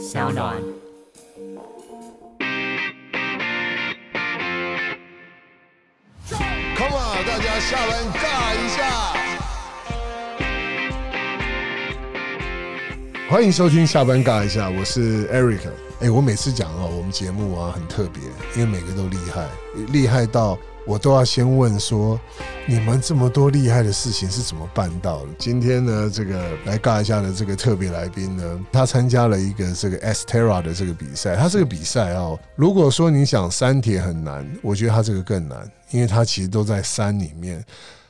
小暖。 Come on，大家下班尬一下。欢迎收听下班尬一下，我是 Eric。哎，我每次讲哦，我们节目啊很特别，因为每个都厉害，厉害到我都要先问说，你们这么多厉害的事情是怎么办到的？今天呢，这个来尬一下的这个特别来宾呢，他参加了一个这个 Estera 的这个比赛。他这个比赛哦，如果说你想山铁很难，我觉得他这个更难，因为他其实都在山里面。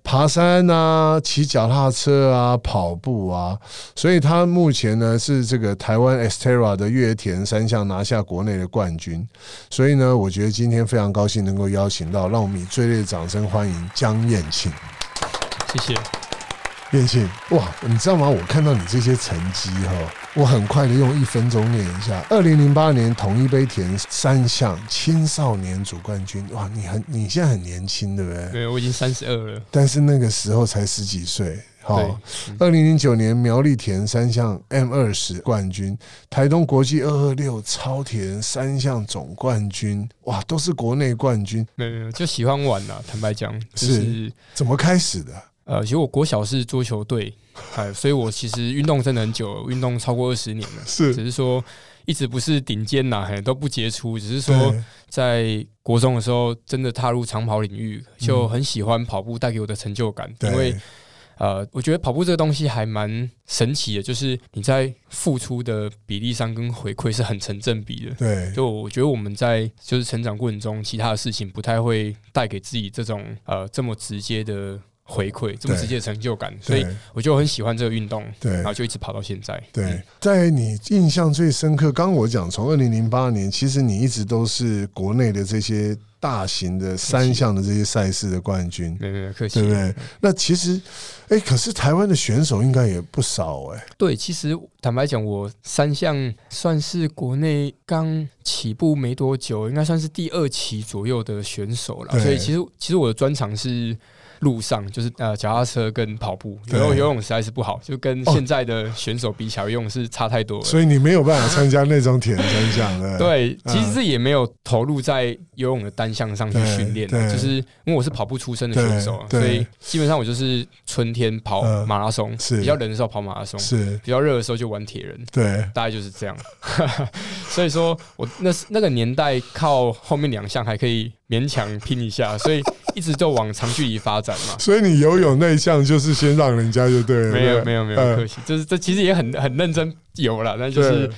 爬山啊，骑脚踏车啊，跑步啊，所以他目前呢是这个台湾 Estera 的越田三项拿下国内的冠军。所以呢，我觉得今天非常高兴能够邀请到，让我们以最烈的掌声欢迎江燕庆。谢谢。燕庆，哇，你知道吗？我看到你这些成绩哈、我很快的用一分钟念一下：二零零八年统一杯田三项青少年组冠军，哇，你很你现在很年轻，对不对？对，我已经三十二了。但是那个时候才十几岁，好、对，二零零九年苗栗田三项 M 二十冠军，台东国际二二六超田三项总冠军，哇，都是国内冠军。没有没有，就喜欢玩啦。坦白讲，就是是怎么开始的？呃，其实我国小是桌球队，哎，所以我其实运动真的很久，运动超过二十年了，是只是说一直不是顶尖呐，嘿，都不杰出，只是说对在国中的时候，真的踏入长跑领域，就很喜欢跑步带给我的成就感，因为嗯对呃，我觉得跑步这个东西还蛮神奇的，就是你在付出的比例上跟回馈是很成正比的。对就我觉得我们在就是成长过程中，其他的事情不太会带给自己这种呃这么直接的回馈，这么直接的成就感，所以对我就很喜欢这个运动，对然后就一直跑到现在。嗯对，在你印象最深刻，刚刚我讲从二零零八年，其实你一直都是国内的这些大型的三项的这些赛事的冠军，没有没有，可惜对不对？那其实，哎，可是台湾的选手应该也不少哎、对，其实坦白讲，我三项算是国内刚起步没多久，应该算是第二期左右的选手了。对所以其实其实我的专长是路上，就是呃脚踏车跟跑步，对游泳游泳实在是不好，就跟哦现在的选手比起来，游泳是差太多了。所以你没有办法参加那种铁人三项的。 对，嗯其实也没有投入在游泳的单项上去训练对啊，对就是因为我是跑步出身的选手啊，对所对以基本上我就是春天跑嗯马拉松，是比较冷的时候跑马拉松，是，比较热的时候就玩铁人。对，大概就是这样， 所以说我那是那个年代靠后面两项还可以勉强拼一下，所以一直就往长距离发展嘛。所以你游泳那一项就是先让人家就对了，没有对没有没呃有，可惜，就是这其实也很很认真游了，但就是对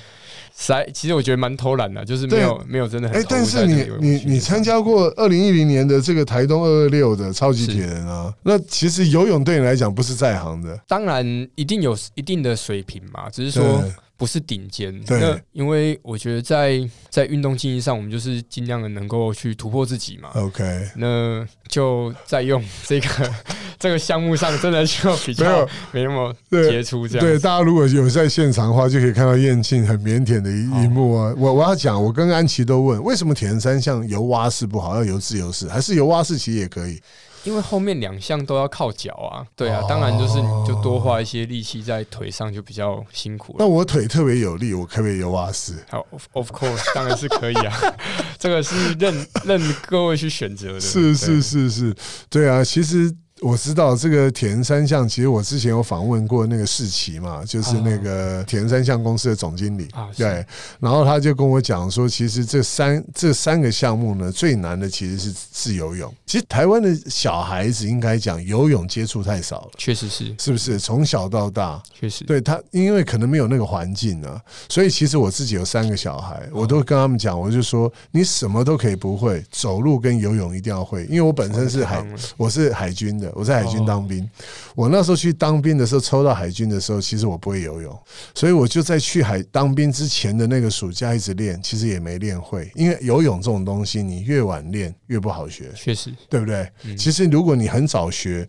实在其实我觉得蛮偷懒的，就是没有没有真的很哎、投入但在是这个你游泳你训你练上参加过二零一零年的这个台东二二六的超级是铁人啊，那其实游泳对你来讲不是在行的，当然一定有一定的水平嘛，只是说对不是顶尖。对那因为我觉得在在运动竞技上，我们就是尽量的能够去突破自己嘛。 OK，那就在用 这个这个项目上，真的就比没有较没那么对杰出这样对，子。大家如果有在现场的话，就可以看到燕庆很腼腆的一哦一幕啊。我我要讲，我跟安琪都问，为什么铁人三项游蛙式不好，要游自由式，还是游蛙式其实也可以？因为后面两项都要靠脚啊，对啊哦，当然就是你就多花一些力气在腿上，就比较辛苦那了。我腿特别有力，我可不可以游蛙式？好，of of course，当然是可以啊， 这个是任任各位去选择的。是对是是是，对啊，其实。我知道这个铁人三项，其实我之前有访问过那个世奇嘛，就是那个铁人三项公司的总经理，啊是对，然后他就跟我讲说，其实这三这三个项目呢，最难的其实是自由泳。其实台湾的小孩子应该讲游泳接触太少了，确实是，是不是？从小到大，确实，对他，因为可能没有那个环境啊，所以其实我自己有三个小孩，我都跟他们讲，我就说你什么都可以不会，走路跟游泳一定要会，因为我本身是海哦那太棒了，我是海军的，我在海军哦当兵。我那时候去当兵的时候，抽到海军的时候，其实我不会游泳，所以我就在去海当兵之前的那个暑假一直练，其实也没练会，因为游泳这种东西，你越晚练越不好学。确实，对不对？嗯其实如果你很早学，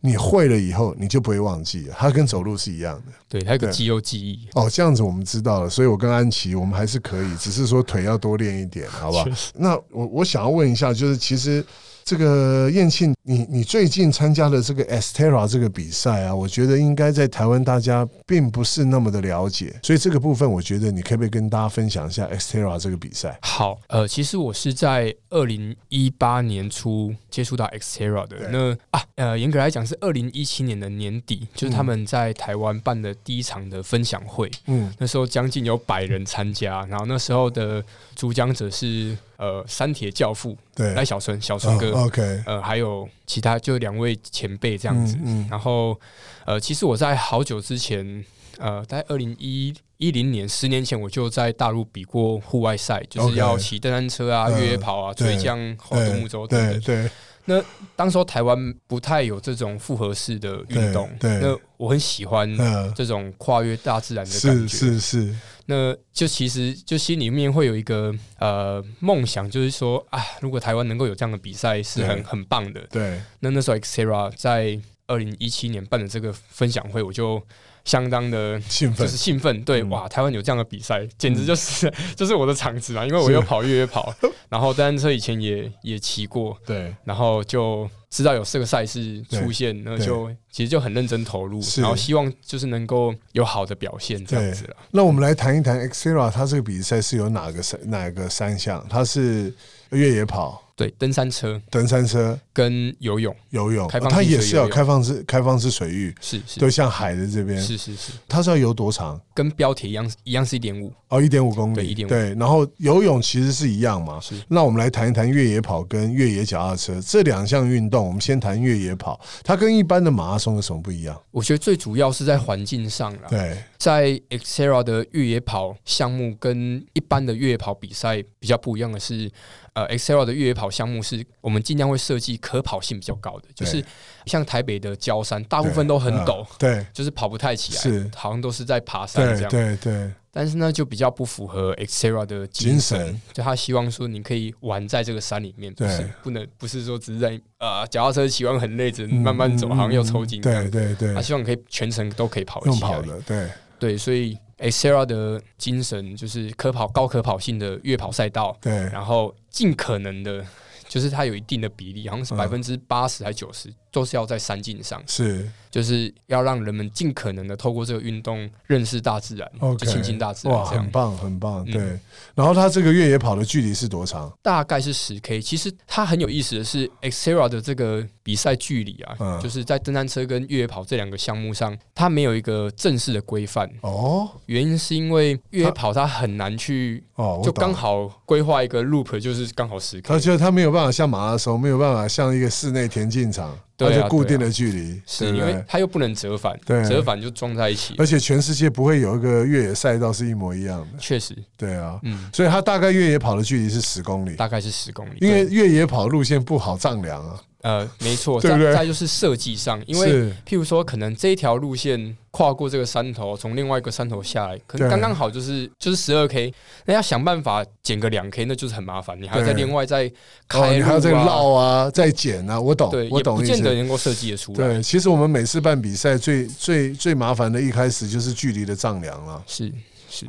你会了以后，你就不会忘记了。它跟走路是一样的。对，还有个对肌肉记忆，哦，这样子我们知道了，所以我跟安琪我们还是可以，只是说腿要多练一点，好不好？那我我想要问一下，就是其实这个燕庆你你最近参加的这个 Estera 这个比赛啊，我觉得应该在台湾大家并不是那么的了解，所以这个部分我觉得你可不可以跟大家分享一下 Estera 这个比赛？好，呃，其实我是在二零一八年初接触到 Xterra 的对。那啊，呃，严格来讲是二零一七年的年底，就是他们在台湾办的第一场的分享会。嗯，那时候将近有百人参加，然后那时候的主讲者是呃三铁教父对，赖小春小春哥，哦、，OK，呃，还有其他就两位前辈这样子。嗯，然后呃，其实我在好久之前，呃，在二零一一零年，十年前我就在大陆比过户外赛，就是 OK 要骑登山车啊、嗯越野跑啊、对追江、划独木舟对等对等。对，当时候台湾不太有这种复合式的对运动，对那我很喜欢嗯，这种跨越大自然的感觉。是是是，那就其实就心里面会有一个呃梦想，就是说啊，如果台湾能够有这样的比赛，是很对很棒的。对，那那时候 Xterra 在二零一七年办的这个分享会，我就相当的兴就奋是，兴奋，对，嗯哇，台湾有这样的比赛，简直就是 就是我的场子嘛，因为我又是跑越野跑， 然后单车以前也也骑过，对，然后就知道有这个赛事出现，那对就其实就很认真投入，是然后希望就是能够有好的表现这样子了。那我们来谈一谈 Xterra 它这个比赛是有哪个三哪个三项？它是越野跑、对，登山车登山车、跟游泳游泳，开放它式也水是要游泳开放式开放式水域，是是对，像海的这边，是是是，它是要游多长？跟标题一样一样是一点五，哦，一点五公对里， 1.5对，然后游泳其实是一样嘛。是那我们来谈一谈越野跑跟越野脚踏车这两项运动。我们先谈越野跑，它跟一般的马拉松有什么不一样？我觉得最主要是在环境上啦。对，在 Xterra 的越野跑项目跟一般的越野跑比赛比较不一样的是，呃，Xterra 的越野跑项目是我们尽量会设计可跑性比较高的，就是像台北的郊山，大部分都很陡嗯，对，就是跑不太起来，是好像都是在爬山这对，样。对，对，但是呢，就比较不符合 Xterra 的精精神，神，就他希望说你可以玩在这个山里面，不对是不能不是说只是在呃脚踏车骑完很累，只能嗯慢慢走，嗯好像又抽筋这样啊对，。对，对他，希望你可以全程都可以跑得用起来跑。的，对，对，所以 Xterra 的精神就是可跑高可跑性的越跑赛道，对，然后尽可能的，就是它有一定的比例，好像是嗯百分之八十还九十，都是要在山径上，是就是要让人们尽可能的透过这个运动认识大自然， OK，就亲近大自哇，然，这很样棒，很棒，嗯对。然后它这个越野跑的距离是多长？大概是十 K。其实它很有意思的是，Xterra 的这个比赛距离啊，嗯就是在登山车跟越野跑这两个项目上，它没有一个正式的规范，哦，原因是因为越野跑它很难去哦，我就懂刚。好规划一个 loop，就是刚好十他 K。觉得他没有办法像马拉松，没有办法像一个室内田径场，它对啊就固对定啊的距离，是对不因对为？它又不能折返，对折返就撞在一起。而且全世界不会有一个越野赛道是一模一样的，确实，对啊，嗯，所以它大概越野跑的距离是十公里，大概是十公里。因为对越野跑路线不好丈量啊，呃，没错，对不对再再就是设计上，因为是譬如说，可能这一条路线跨过这个山头，从另外一个山头下来，可对能刚刚好就是就是十二 K，那要想办法减个两 K，那就是很麻烦，你还要再对另外再哦，开你路还要再啊，绕啊，再剪啊，我懂对，，我也懂不意见得思。能够设计得出来。对，其实我们每次办比赛最最最麻烦的一开始就是距离的丈量了。是，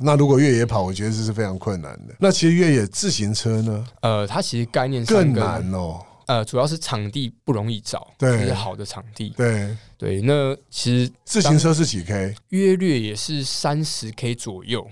那如果越野跑，我觉得这是非常困难的。那其实越野自行车呢呃，它其实概念上更跟难哦。呃，主要是场地不容易找，对就是好的场地。对，对，那其实自行车是几 K？OK，约略也是三十 K 左右，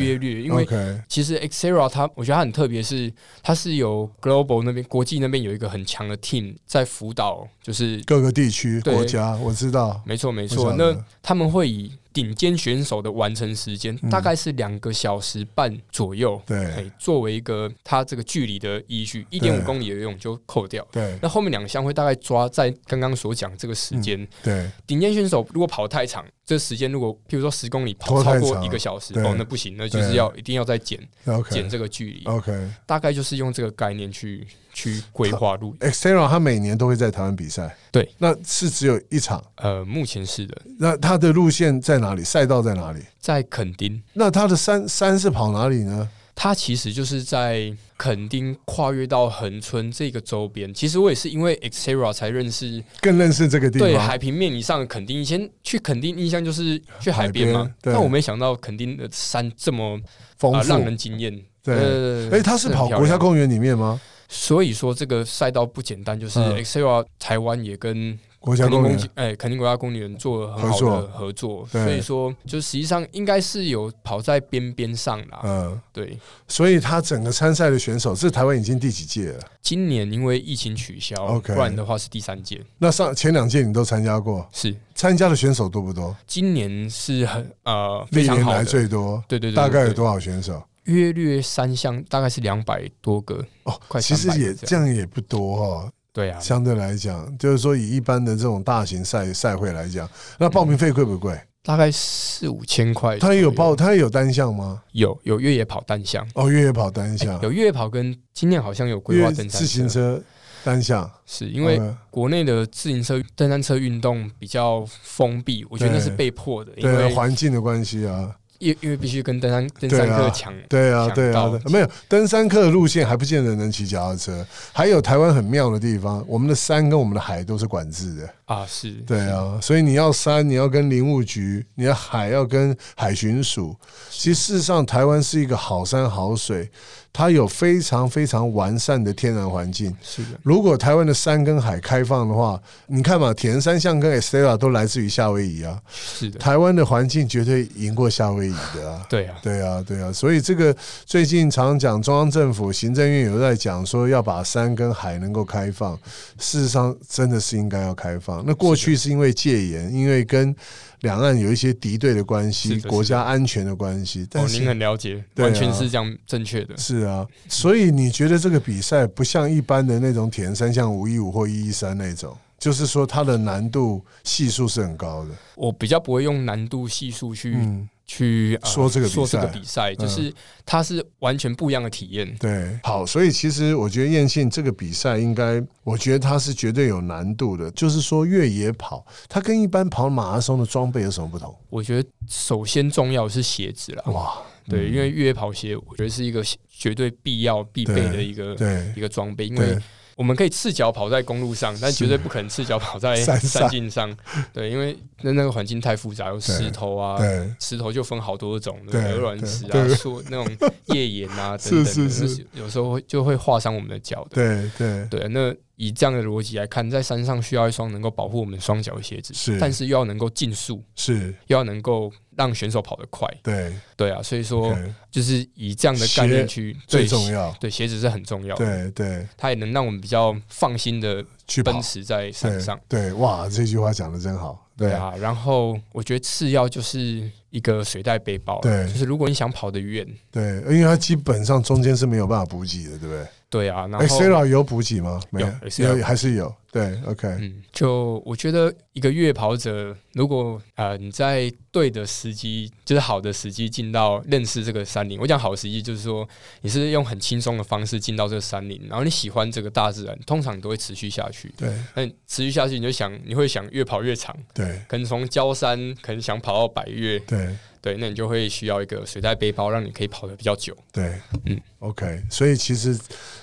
约略，因为 OK 其实 Xterra 它，我觉得它很特别，是它是有 Global 那边国际那边有一个很强的 team 在辅导，就是各个地区对国家我知道，没错没我错，晓得那他们会以顶尖选手的完成时间，嗯大概是两个小时半左右，对哎，作为一个它这个距离的依据，一点五公里的游泳就扣掉。对那后面两项会大概抓在刚刚所讲这个时嗯间，对顶尖选手如果跑太长，这时间如果譬如说十公里跑拖太超长过一个小时，对哦，那不行，那就对是要一定要再减减，OK 哦这个距离， OK。大概就是用这个概念去去规划路。 Xterra 它每年都会在台湾比赛，对，那是只有一场。呃，目前是的，那它的路线在哪里？赛道在哪里？在垦丁，那它的山山是跑哪里呢？它其实就是在垦丁跨越到恒春这个周边。其实我也是因为 Xterra 才认识更认识这个地对方海。平面以上的垦丁。以前去垦丁印象就是去海边海嘛边，对但我没想到垦丁的山这么丰啊、富让。人惊艳。对，呃哎，它是跑国家公园里面吗？所以说这个赛道不简单，就是嗯 Xterra 台湾也跟国家肯定公公园鸡，哎，肯定国家公园做了很合好作的合作，对所以说就实际上应该是有跑在边边上啦。嗯，对，所以他整个参赛的选手，这台湾已经第几届了？今年因为疫情取消 OK 不然的话是第三届。那上前两届你都参加过，是参加的选手多不多？今年是很呃历非常年好来的，最多，对对对，大概有对多少选手？约略三项，大概是两百多个。哦，快其实300也这样这样也不多哦，对啊，相对来讲，就是说以一般的这种大型赛赛会来讲，那报名费贵不贵？大概四五千块左右。他也有报，他也有单项吗？有有越野跑单项，哦，越野跑单哎项，有越野跑跟今年好像有规越划野登山自行，车单项，哦是因为 OK，国内的自行车、登山车运动比较封闭，我觉得那是被迫的，因对啊为环境的关系啊，因因为必须跟登山登对啊山客抢。对啊，想对啊到，对没有登山客的路线还不见得能骑脚踏车。还有台湾很妙的地方，我们的山跟我们的海都是管制的，啊，是，对啊，所以你要山，你要跟林务局，你要海要跟海巡署。其实事实上，台湾是一个好山好水，它有非常非常完善的天然环境。是的，如果台湾的山跟海开放的话，你看嘛，铁人三项跟 Estella 都来自于夏威夷啊，是的，台湾的环境绝对赢过夏威夷的啊。对啊，对啊，对啊，所以这个最近常讲中央政府、行政院有在讲说要把山跟海能够开放，事实上真的是应该要开放。那过去是因为戒严，因为跟两岸有一些敌对的关系，是的是的国家安全的关系，哦但，是您。很了解，对啊完全是这样正确的，是啊，所以你觉得这个比赛不像一般的那种铁人三项五一五或一一三那种，就是说它的难度系数是很高的。我比较不会用难度系数去、嗯，去、呃说这个比赛嗯说这个比赛，就是它是完全不一样的体验。对，好，所以其实我觉得燕信这个比赛应该，我觉得它是绝对有难度的。就是说越野跑，它跟一般跑马拉松的装备有什么不同？我觉得首先重要的是鞋子啦，哇，对，因为越野跑鞋我觉得是一个绝对必要必备的一个对一个装备，因为对我们可以赤脚跑在公路上，但绝对不可能赤脚跑在山上山径上。对，因为那那个环境太复杂，有石头啊，对石头就分好多种，对不对对，鹅卵石对啊，对说那种页岩 啊等等的，是是是有时候会就会划伤我们的脚的。对对对，那以这样的逻辑来看，在山上需要一双能够保护我们双脚的鞋子，是但是又要能够竞速，是，又要能够让选手跑得快，对，对啊，所以说 OK，就是以这样的概鞋念去最对重要，对鞋子是很重要对的，对，它也能让我们比较放心的去跑奔，驰在山对上。对，哇，这句话讲的真好，对啊，然后我觉得次要就是一个水袋背包啦，对就是如果你想跑得远，对，因为它基本上中间是没有办法补给的，对不对？对啊，然哎后。 ，Sara 有补给吗？没有，Xterra 有还是有，对，OK，嗯，就我觉得一个越野跑者，如果呃你在对的时机，就是好的时机进到认识这个山林，我讲好的时机就是说你是用很轻松的方式进到这个山林，然后你喜欢这个大自然，通常都会持续下去。对那你持续下去，你就想你会想越跑越长，对可能从焦山可能想跑到百越，对。对，那你就会需要一个水袋背包，让你可以跑得比较久。对，嗯，OK，所以其实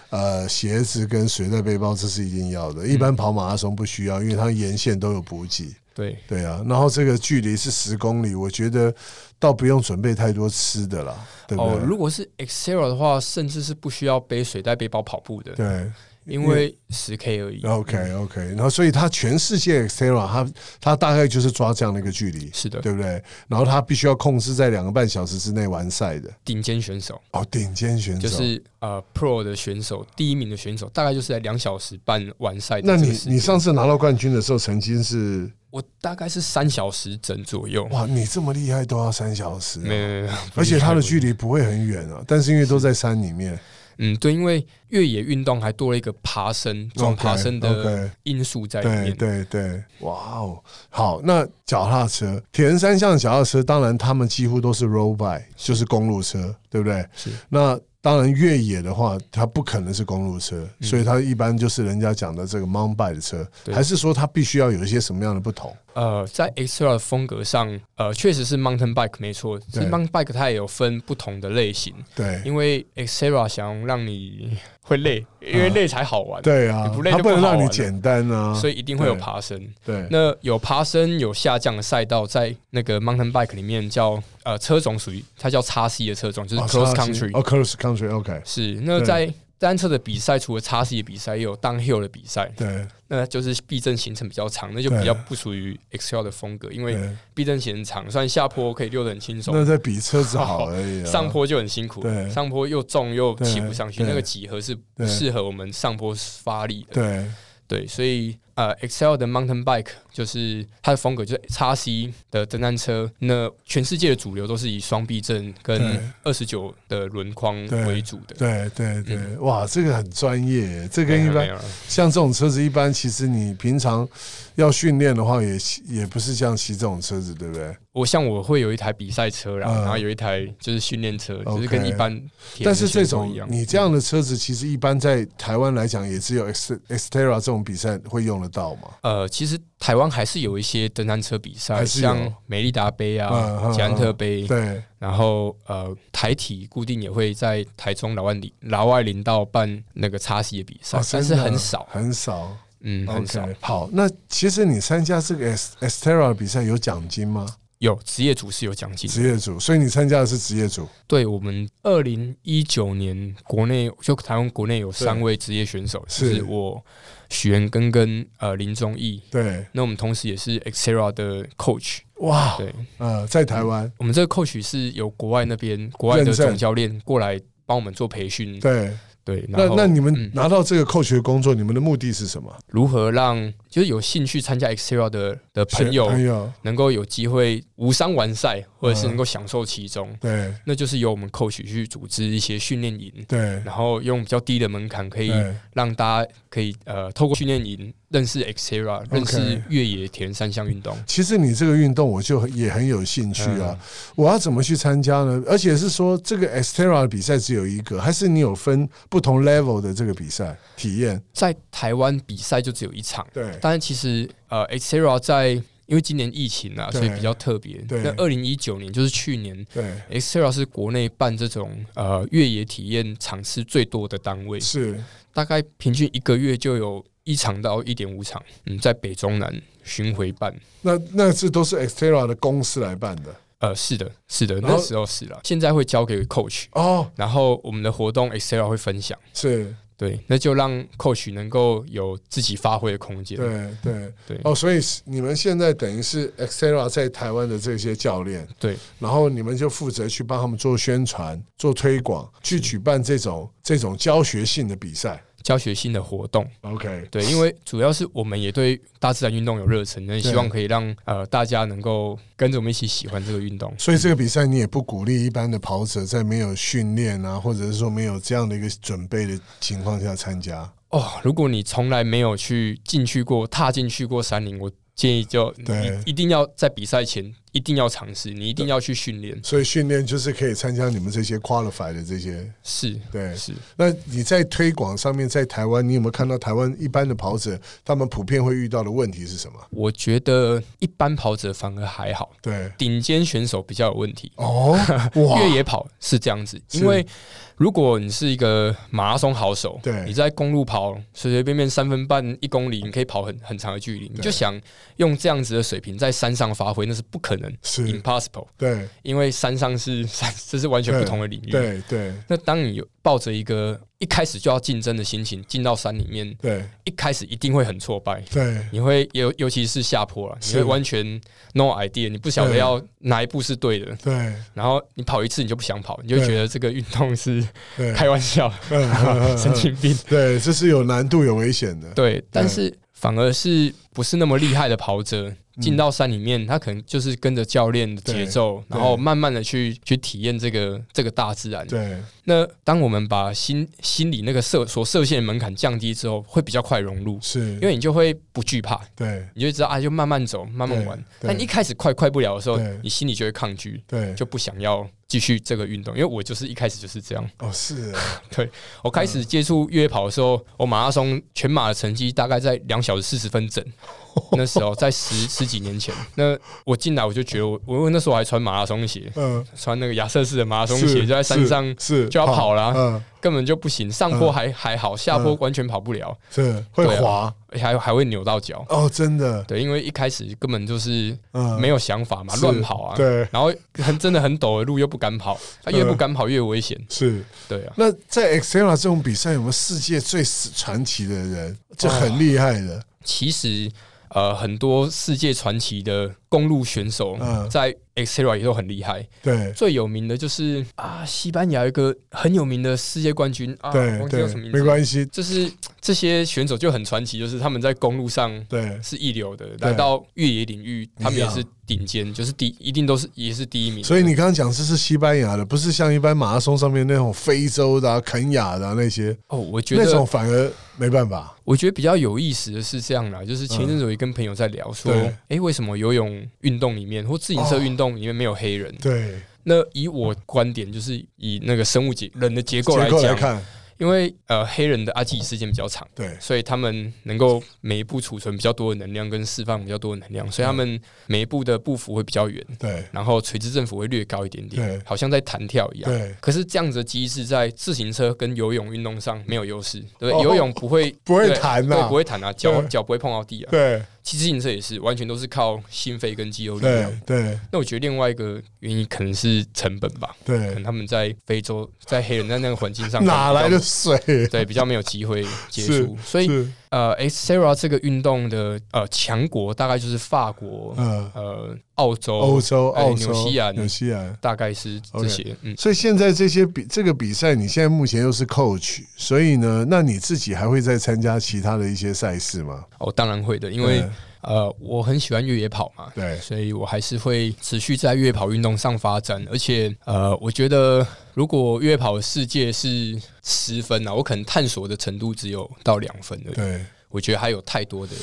呃，鞋子跟水袋背包这是一定要嗯的。一般跑马拉松不需要，因为它沿线都有补给。对，对啊，然后这个距离是十公里，我觉得倒不用准备太多吃的啦，对不对？哦，如果是 Xterra 的话，甚至是不需要背水袋背包跑步的，对。哦因为十 K 而已。 OK 嗯 OK，然后所以它全世界 Xterra 它它大概就是抓这样的一个距离，是的，对不对？然后它必须要控制在两个半小时之内完赛的顶尖选手哦，顶尖选手。就是呃 Pro 的选手，第一名的选手，大概就是在两小时半完赛的那这你个时间。你上次拿到冠军的时候，曾经是我大概是三小时整左右，哇，你这么厉害都要三小时、啊，没有没有没有，而且它的距离，离不会很远啊，但是因为都在山里面，嗯，对，因为越野运动还多了一个爬升，这种爬升的 OK，因素在里对面。对对，哇哦，好，那脚踏车，铁人三项脚踏车，当然他们几乎都是 road bike，就是公路车，对不对？是那当然越野的话，它不可能是公路车，所以它一般就是人家讲的这个 mountain bike 的车，嗯对还是说它必须要有一些什么样的不同？呃，在 Xterra 的风格上，呃，确实是 mountain bike 没错，其实对 mountain bike 它也有分不同的类型，对，因为 Xterra 想让你会累，因为累才好玩，啊对啊你，不累它就不不能好玩让你了简单啊，所以一定会有对爬升。对那有爬升有下降的赛道，在那个 mountain bike 里面叫呃车种属于它叫叉 C 的车种，就是哦 cross 差距 country，、哦，cross country，OK，是那对在单车的比赛除了叉 C 的比赛，也有 downhill 的比赛，对那就是避震行程比较长，那就对比较不属于 Excel 的风格，因为对，避震行程长，虽然下坡可以溜得很轻松那，在比车子好而已、啊，上坡就很辛苦对，上坡又重又对骑不上去，对那个几何是不对适合我们上坡发力的。对对，所以呃，Excel 的 mountain bike 就是它的风格就是叉 C 的登山车，那全世界的主流都是以双避震对跟二十九的轮框对为主的。对对对、嗯哇，这个很专业，这没跟一有般没有啊像这种车子，一般其实你平常要训练的话也，也不是像骑这种车子，对不对？我像我会有一台比赛车啦，嗯然后有一台就是训练车， OK 就是跟一般铁但人是这选手种一样。你这样的车子，其实一般在台湾来讲，也只有 X Xterra 这种比赛会用得到嘛。呃，其实台湾还是有一些登山车比赛，还是有像美利达杯嗯啊、嗯捷安特杯，对然后呃，台体固定也会在台中老外林老外林道办那个叉 C 的比赛，哦但是真的很少，很少，嗯，很少 OK，好，那其实你参加这个 S Estera 比赛有奖金吗？有职业组是有奖金的。职业组，所以你参加的是职业组。对我们二零一九年国内就台湾国内有三位职业选手，是就是我许元根跟呃林宗义，对，那我们同时也是 Xera 的 coach。哇，对嗯呃，在台湾，我们这个 coach 是由国外那边国外的认证总教练过来帮我们做培训。对，对，那然后那你们嗯拿到这个扣学工作，你们的目的是什么？如何让就是有兴趣参加 Xera 的的朋友朋友，能够有机会无伤完赛，或者是哎嗯能够享受其中，对那就是由我们 coach 去组织一些训练营，对然后用比较低的门槛可以对让大家可以呃透过训练营认识 Xterra，认识越野铁人三项运动。其实你这个运动，我就很也很有兴趣啊！嗯我要怎么去参加呢？而且是说，这个 Estera 的比赛只有一个，还是你有分不同 level 的这个比赛体验？在台湾比赛就只有一场，对但是其实呃 Xterra 在因为今年疫情啊，对所以比较特别。对那二零一九年就是去年对， ，Xterra 是国内办这种呃越野体验场次最多的单位，是大概平均一个月就有一场到一点五场，嗯，在北中南巡回办。那那这都是 Estera 的公司来办的呃，是的，是的，然后那时候是了，现在会交给 coach，哦，然后我们的活动 Excel 会分享，是对，那就让 coach 能够有自己发挥的空间。对对对哦，所以你们现在等于是 Xterra 在台湾的这些教练，对，然后你们就负责去帮他们做宣传、做推广，去举办这种这种教学性的比赛。教学性的活动， OK，对，因为主要是我们也对大自然运动有热忱，那也希望可以让呃大家能够跟着我们一起喜欢这个运动。所以这个比赛你也不鼓励一般的跑者在没有训练啊，或者是说没有这样的一个准备的情况下参加。哦，如果你从来没有去进去过、踏进去过山林，我建议就对你一定要在比赛前一定要尝试，你一定要去训练。所以训练就是可以参加你们这些 qualify 的这些。是对，是，那你在推广上面，在台湾，你有没有看到台湾一般的跑者他们普遍会遇到的问题是什么？我觉得一般跑者反而还好，对，顶尖选手比较有问题。哦，哇， 越野跑是这样子，是因为如果你是一个马拉松好手，对你在公路跑随随便便三分半一公里，你可以跑很很长的距离，你就想用这样子的水平在山上发挥，那是不可能是， ，impossible，对，因为山上是山， 这是完全不同的领域。对，对，那当你有抱着一个一开始就要竞争的心情进到山里面，对，一开始一定会很挫败，对，你会尤尤其是下坡了，你是会完全 no idea，你不晓得对要哪一步是对的，对，然后你跑一次你就不想跑，你就会对觉得这个运动是对， 开玩笑，嗯嗯嗯神经病。对，这是有难度、有危险的。对，但是反而是不是那么厉害的跑者嗯进到山里面，他可能就是跟着教练的节奏，对然后慢慢的去去体验这个这个大自然。对，那当我们把心心里那个设所设限的门槛降低之后，会比较快融入，是，因为你就会不惧怕，对，你就会知道啊，就慢慢走，慢慢对玩。对但一开始快快不了的时候对，你心里就会抗拒，对，就不想要继续这个运动。因为我就是一开始就是这样，哦，是啊，我开始接触越野跑的时候，我马拉松全马的成绩大概在两小时四十分 整。那时候在十十几年前，那我进来我就觉得我，我那时候还穿马拉松鞋， 嗯，穿那个亚瑟士的马拉松是嗯鞋，就在山上是是就要跑啦嗯，根本就不行，上坡还还好，下坡完全跑不了，是会对啊滑还还会扭到脚。哦，真的，对，因为一开始根本就是嗯，没有想法嘛，是乱跑啊。对嗯然后很真的很陡的路又不敢跑，他越不敢跑越危险。是。对啊，那在 Excel 这种比赛，有没有世界最传奇的人？这很哦厉害的，其实呃，很多世界传奇的公路选手嗯在 Xterra 也都很厉害。对最有名的就是啊，西班牙有一个很有名的世界冠军啊，对忘记叫什对，么名没字。关系，就是这些选手就很传奇，就是他们在公路上对是一流的，来到越野领域，他们也是顶尖，就是第一定都是也是第一名。所以你刚刚讲这是西班牙的，不是像一般马拉松上面那种非洲的、啊、肯雅的、啊、那些，哦，我觉那得种反而没办法。我觉得比较有意思的是这样啦，就是前一阵子我也跟朋友在聊嗯说，对哦诶，为什么游泳运动里面或自行车运动里面没有黑人？对，那以我观点，就是以那个生物结人的结构来结构来讲，看，因为呃黑人的阿基里斯腱比较长，对所以他们能够每一步储存比较多的能量跟释放比较多的能嗯量，所以他们每一步的步幅会比较远，对然后垂直振幅会略高一点对点，好像在弹跳一样。对，可是这样子的机制在自行车跟游泳运动上没有优势，对不哦对？游泳不会 不会对弹呐对，不会弹啊，脚对脚不会碰到地啊。对其实自行车也是，完全都是靠心肺跟肌肉力量对。对那我觉得另外一个原因可能是成本吧，可能对，他们在非洲，在黑人在那个环境上 哪来的比较水？对比较没有机会接是触，所以是呃 x e r a 这个运动的呃强国大概就是法国、嗯，呃澳洲、欧洲、哎澳洲、纽西兰纽西兰。大概是这 OK 些，嗯。所以现在这些比这个比赛，你现在目前又是 coach，所以呢，那你自己还会再参加其他的一些赛事吗？哦，当然会的，因为嗯呃，我很喜欢越野跑嘛，对所以我还是会持续在越野跑运动上发展。而且呃，我觉得如果越野跑的世界是十分啊，我可能探索的程度只有到两分而已。对，我觉得还有太多的、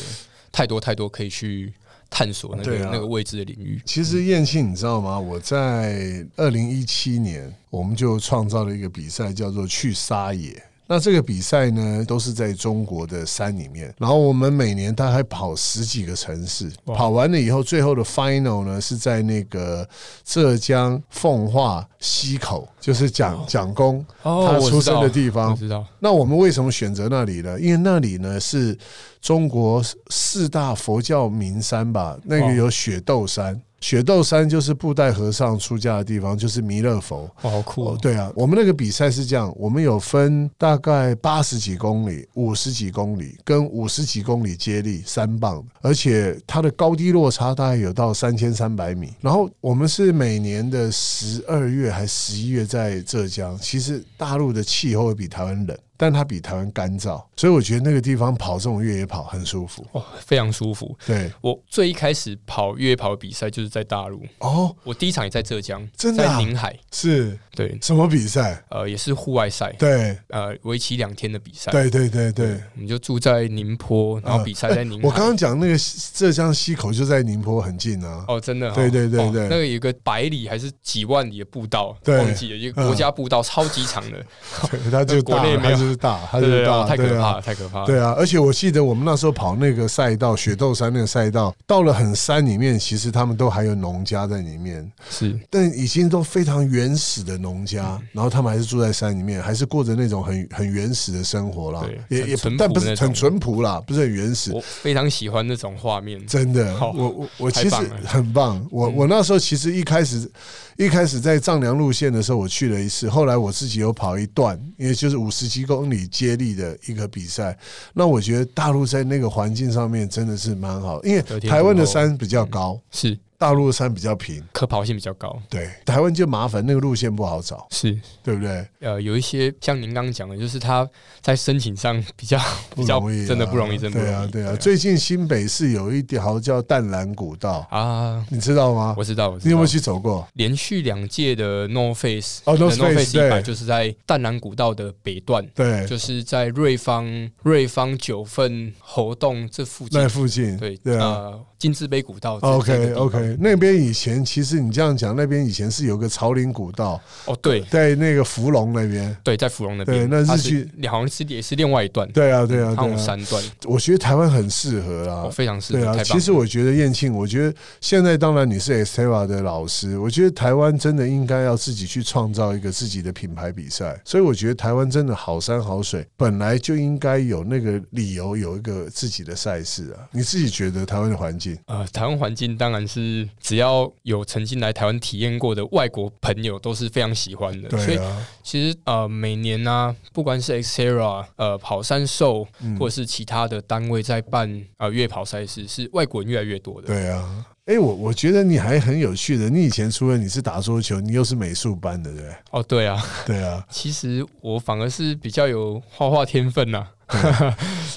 太多、太多可以去探索那对个、啊那个未知的领域。其实燕庆，你知道吗？我在二零一七年，我们就创造了一个比赛，叫做“去撒野”。那这个比赛呢，都是在中国的山里面，然后我们每年大概跑十几个城市，哇跑完了以后，最后的 final 呢是在那个浙江奉化溪口，就是蒋蒋公哦他我出知生的道地我方。知道，那我们为什么选择那里呢？因为那里呢是中国四大佛教名山吧，那个哦有雪窦山，雪窦山就是布袋和尚出家的地方，就是弥勒佛。哇，好酷哦哦，！对啊，我们那个比赛是这样，我们有分大概八十几公里、五十几公里跟五十几公里接力三棒，而且它的高低落差大概有到三千三百米。然后我们是每年的十二月还十一月在浙江，其实大陆的气候会比台湾冷。但它比台湾干燥，所以我觉得那个地方跑这种越野跑很舒服。哇，非常舒服。对，我最一开始跑越野跑的比赛就是在大陆，哦，我第一场也在浙江，真的啊在宁海，是对，什么比赛？呃，也是户外赛，对，呃，为期两天的比赛。对，对，对，对。我们就住在宁波，然后比赛在宁海。哎我刚刚讲那个浙江溪口就在宁波很近啊。哦，真的哦，对对对哦对那个有一个百里还是几万里的步道，对嗯忘记了，一个国家步道，超级长的，对，它就大，国内没它有就是 大， 它对就对是对，大，哦太可对啊怕了，太可怕 了。对啊，而且我记得我们那时候跑那个赛道，雪窦山那个赛道，到了很山里面，其实他们都还有农家在里面，是但已经都非常原始的农家，嗯然后他们还是住在山里面，还是过着那种很很原始的生活啦对，也很也淳朴但不是那种很淳朴啦，不是很原始我。非常喜欢那种画面，真的，好我我我太其实棒了嗯很棒。我我那时候其实一开始一开始在丈量路线的时候，我去了一次，后来我自己有跑一段，也就是五十几公里接力的一个比赛。那我觉得大陆在那个环境上面真的是蛮好，因为得天独厚嗯台湾的山比较高，是大陆的山比较平。可跑性比较高，对，台湾就麻烦，那个路线不好找，是对不对？呃，有一些像您刚刚讲的，就是他在申请上 比较不比较容易啊，真的不容易，真的不对容啊易，，对啊。最近新北市有一条叫淡蓝古道，啊，你知道吗？我知道，我知你有没道有。去走过？连续两届的 No Face 哦，North 的 No Face， Face 一百对就是在淡南古道的北段，对，就是在瑞芳瑞芳九份活动这附近那。附近，对，对啊，哦呃，金字杯古道这这个 OK 地方 OK，那边以前其实你这样讲，那边以前是有个朝林古道，哦，对在那个芙蓉那边。对，在芙蓉那对边，那是它去你好像是也是另外一段，对啊，对啊，它对有啊，三段，我觉得台湾很适合哦，啦。非常适合，对太棒啊，了。其实我觉得燕庆，我觉得现在当然你是 Esteva 的老师，我觉得台湾真的应该要自己去创造一个自己的品牌比赛。所以我觉得台湾真的好山好水，本来就应该有那个理由有一个自己的赛事啊。你自己觉得台湾的环境？呃，台湾环境当然是只要有曾经来台湾体验过的外国朋友都是非常喜欢的，所对以啊，其实呃每年呢、不管是 Xera 呃跑山兽嗯或者是其他的单位在办呃越野跑赛事，是外国人越来越多的。对啊。哎，我我觉得你还很有趣的。你以前除了你是打桌球，你又是美术班的，对不 对？哦，对啊，对啊，其实我反而是比较有画画天分呐、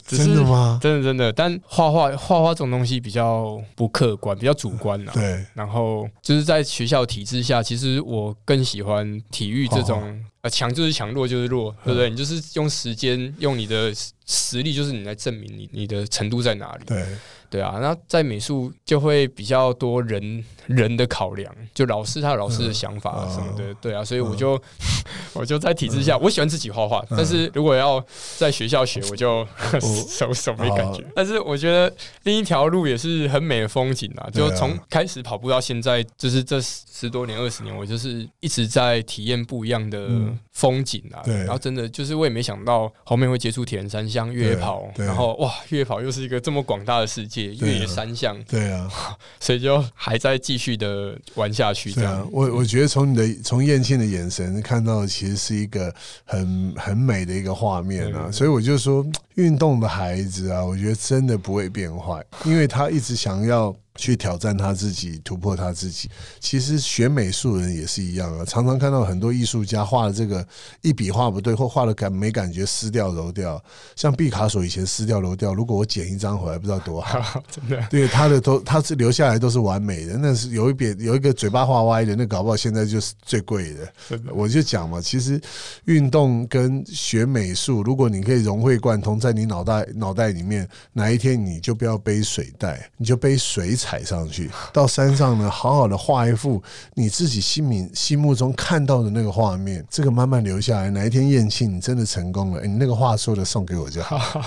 只是真的吗？真的真的，但画画画画这种东西比较不客观，比较主观啊呐、对，然后就是在学校体制下，其实我更喜欢体育这种、呃强就是强，弱就是弱，对不对？你就是用时间，用你的实实力，就是你来证明你你的程度在哪里。对，对啊，那在美术就会比较多人人的考量，就老师他有老师的想法嗯嗯什么的，哦对啊，所以我就 我就在体制下，我喜欢自己画画，但是如果要在学校学，我就 手手没感觉哦。但是我觉得另一条路也是很美的风景啊，对啊就从开始跑步到现在，就是这十十多年二十年，我就是一直在体验不一样的嗯风景啊。对然后真的就是我也没想到后面会接触铁人三项越野跑，对对然后哦哇，越野跑又是一个这么广大的世界，对啊越野三项，对啊。所以就还在继续的玩下去这对啊样。，我我觉得从你的从燕庆的眼神看到，其实是一个很很美的一个画面对对啊。对所以我就说，运动的孩子啊，我觉得真的不会变坏，因为他一直想要。去挑战他自己，突破他自己。其实学美术人也是一样啊，常常看到很多艺术家画的这个一笔画不对，或画的感没感觉，撕掉揉掉。像毕卡索以前撕掉揉掉，如果我剪一张回来，不知道多好。 真的，对他的都，他是留下来都是完美的，那是有一边有一个嘴巴画歪的，那搞不好现在就是最贵的。真的，我就讲嘛，其实运动跟学美术，如果你可以融会贯通，在你脑袋脑袋里面，哪一天你就不要背水袋，你就背水彩上去，到山上呢，好好的画一幅你自己心里心目中看到的那个画面，这个慢慢留下来。哪一天燕庆你真的成功了，哎你那个画说的送给我就好。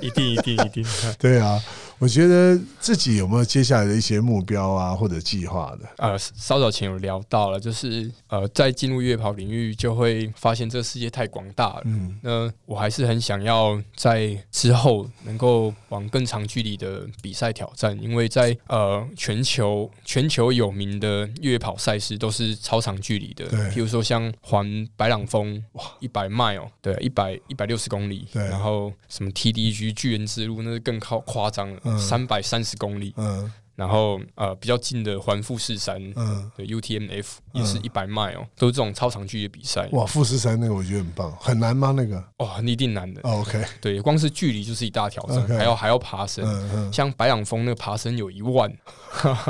一定一定 一定。对啊，我觉得自己有没有接下来的一些目标啊，或者计划的？呃，稍早前有聊到了，就是呃，在进入越野跑领域，就会发现这个世界太广大了。嗯，那我还是很想要在之后能够往更长距离的比赛挑战，因为在呃全球全球有名的越野跑赛事都是超长距离的对，譬如说像环白朗峰一百迈哦，对，一百一百六十公里，对然后什么 TDG 巨人之路那是更靠夸张嗯了，三百三十公里，嗯然后呃比较近的环富士山。嗯，对 UTMF 也是嗯一百迈哦，都是这种超长距离的比赛哇，富士山那个我觉得很棒，很难吗？那个、哇，很一定难的。哦、？OK，对，光是距离就是一大挑战 OK 还要还要爬升。嗯嗯，像白朗峰那个爬升有一万，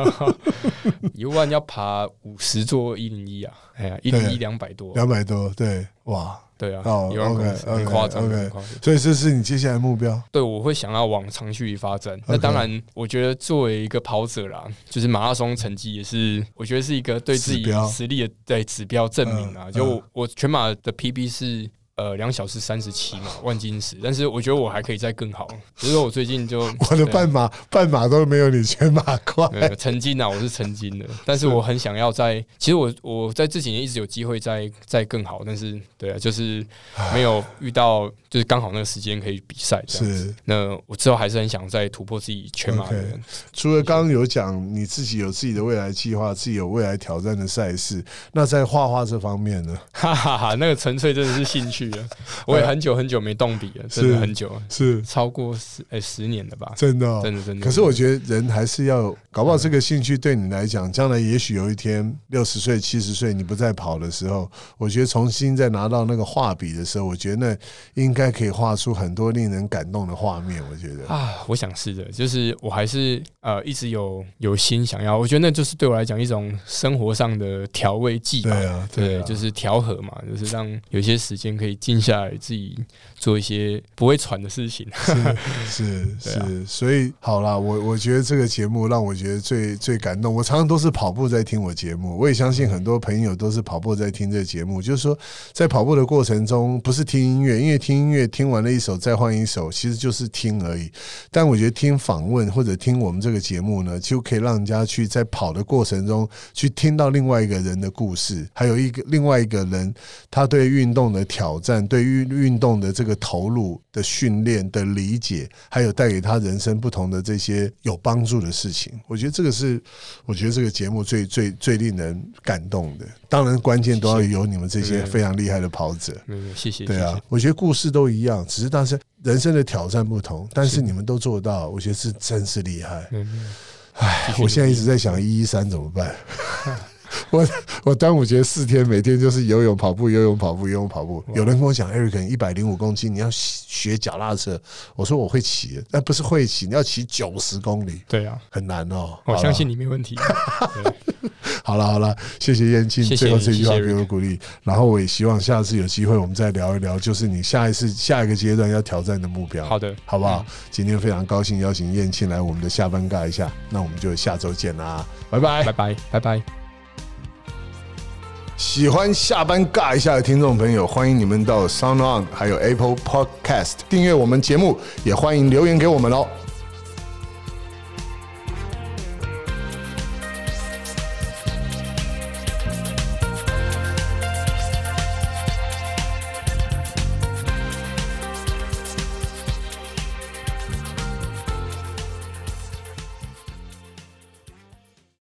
一万要爬五十座一零一啊，哎呀，一零一两百多，两百多，对，哇，对啊哦，一万公尺 OK，OK，很夸张， OK 很夸张。所以这是你接下来的目 标。对，我会想要往长距离发展。那 OK 当然，我觉得作为一个跑者啦，就是马拉松成绩也是，我觉得是一个对自指己标实力的对指标证明啊。嗯就嗯我我全马的 PB 是。呃，两小时三十七嘛，万金石。但是我觉得我还可以再更好，只是我最近就 我的对啊半马半马都没有你全马快，没有曾经啊，我是曾经的，但是我很想要在，其实我我在这几年一直有机会再再更好，但是对啊，就是没有遇到，就是刚好那个时间可以比赛这样子。是那我之后还是很想再突破自己全马的 OK 除了刚刚有讲你自己有自己的未来计划，自己有未来挑战的赛事，那在画画这方面呢？哈哈哈，那个纯粹真的是兴趣 了。我也很久很久没动笔了，真呃是的很久了，是超过十哎、十年了吧？真的、哦，真的真的。可是我觉得人还是要搞不好这个兴趣对你来讲，将来也许有一天六十岁、七十岁你不再跑的时候，我觉得重新再拿到那个画笔的时候，我觉得那应该可以画出很多令人感动的画面。我觉得，啊，我想是的，就是我还是呃一直有有心想要，我觉得那就是对我来讲一种生活上的调味剂吧。对啊， 对，啊就是调和嘛，就是让有些时间可以静下来，自己做一些不会喘的事情。 是对啊是，所以好啦，我我觉得这个节目让我觉得最最感动。我常常都是跑步在听我节目，我也相信很多朋友都是跑步在听这个节目。就是说，在跑步的过程中，不是听音乐，因为听音乐听完了一首再换一首，其实就是听而已。但我觉得听访问或者听我们这个节目呢，就可以让人家去在跑的过程中去听到另外一个人的故事，还有一个另外一个人他对运动的挑战、对运运动的这个投入的训练的理解，还有带给他人生不同的这些有帮助的事情，我觉得这个是我觉得这个节目最最最令人感动的。当然，关键都要有你们这些非常厉害的跑者。没有，没有谢谢，对谢啊谢，，我觉得故事都一样，只是但是人生的挑战不同，但是你们都做到，我觉得是真是厉害。没有没有唉继，续我努现在一直在想一一三怎么办。 我我端午节四天，每天就是游泳、跑步、游泳、跑步、游泳、跑步。有人跟我讲，Eric，一百零五公斤，你要学脚踏车。我说我会骑，但不是会骑，你要骑九十公里，对啊，很难哦。我好啦相信你没 问题。对好了好了，谢谢燕青谢谢最后这句话谢谢给我鼓励。然后我也希望下次有机会我们再聊一聊，就是你下一次下一个阶段要挑战的目标。好的，好不好？今天非常高兴邀请燕青来我们的下班尬一下，那我们就下周见啦，拜拜拜。拜，拜拜。喜欢下班尬一下的听众朋友，欢迎你们到 Sound On 还有 Apple Podcast 订阅我们节目，也欢迎留言给我们哦。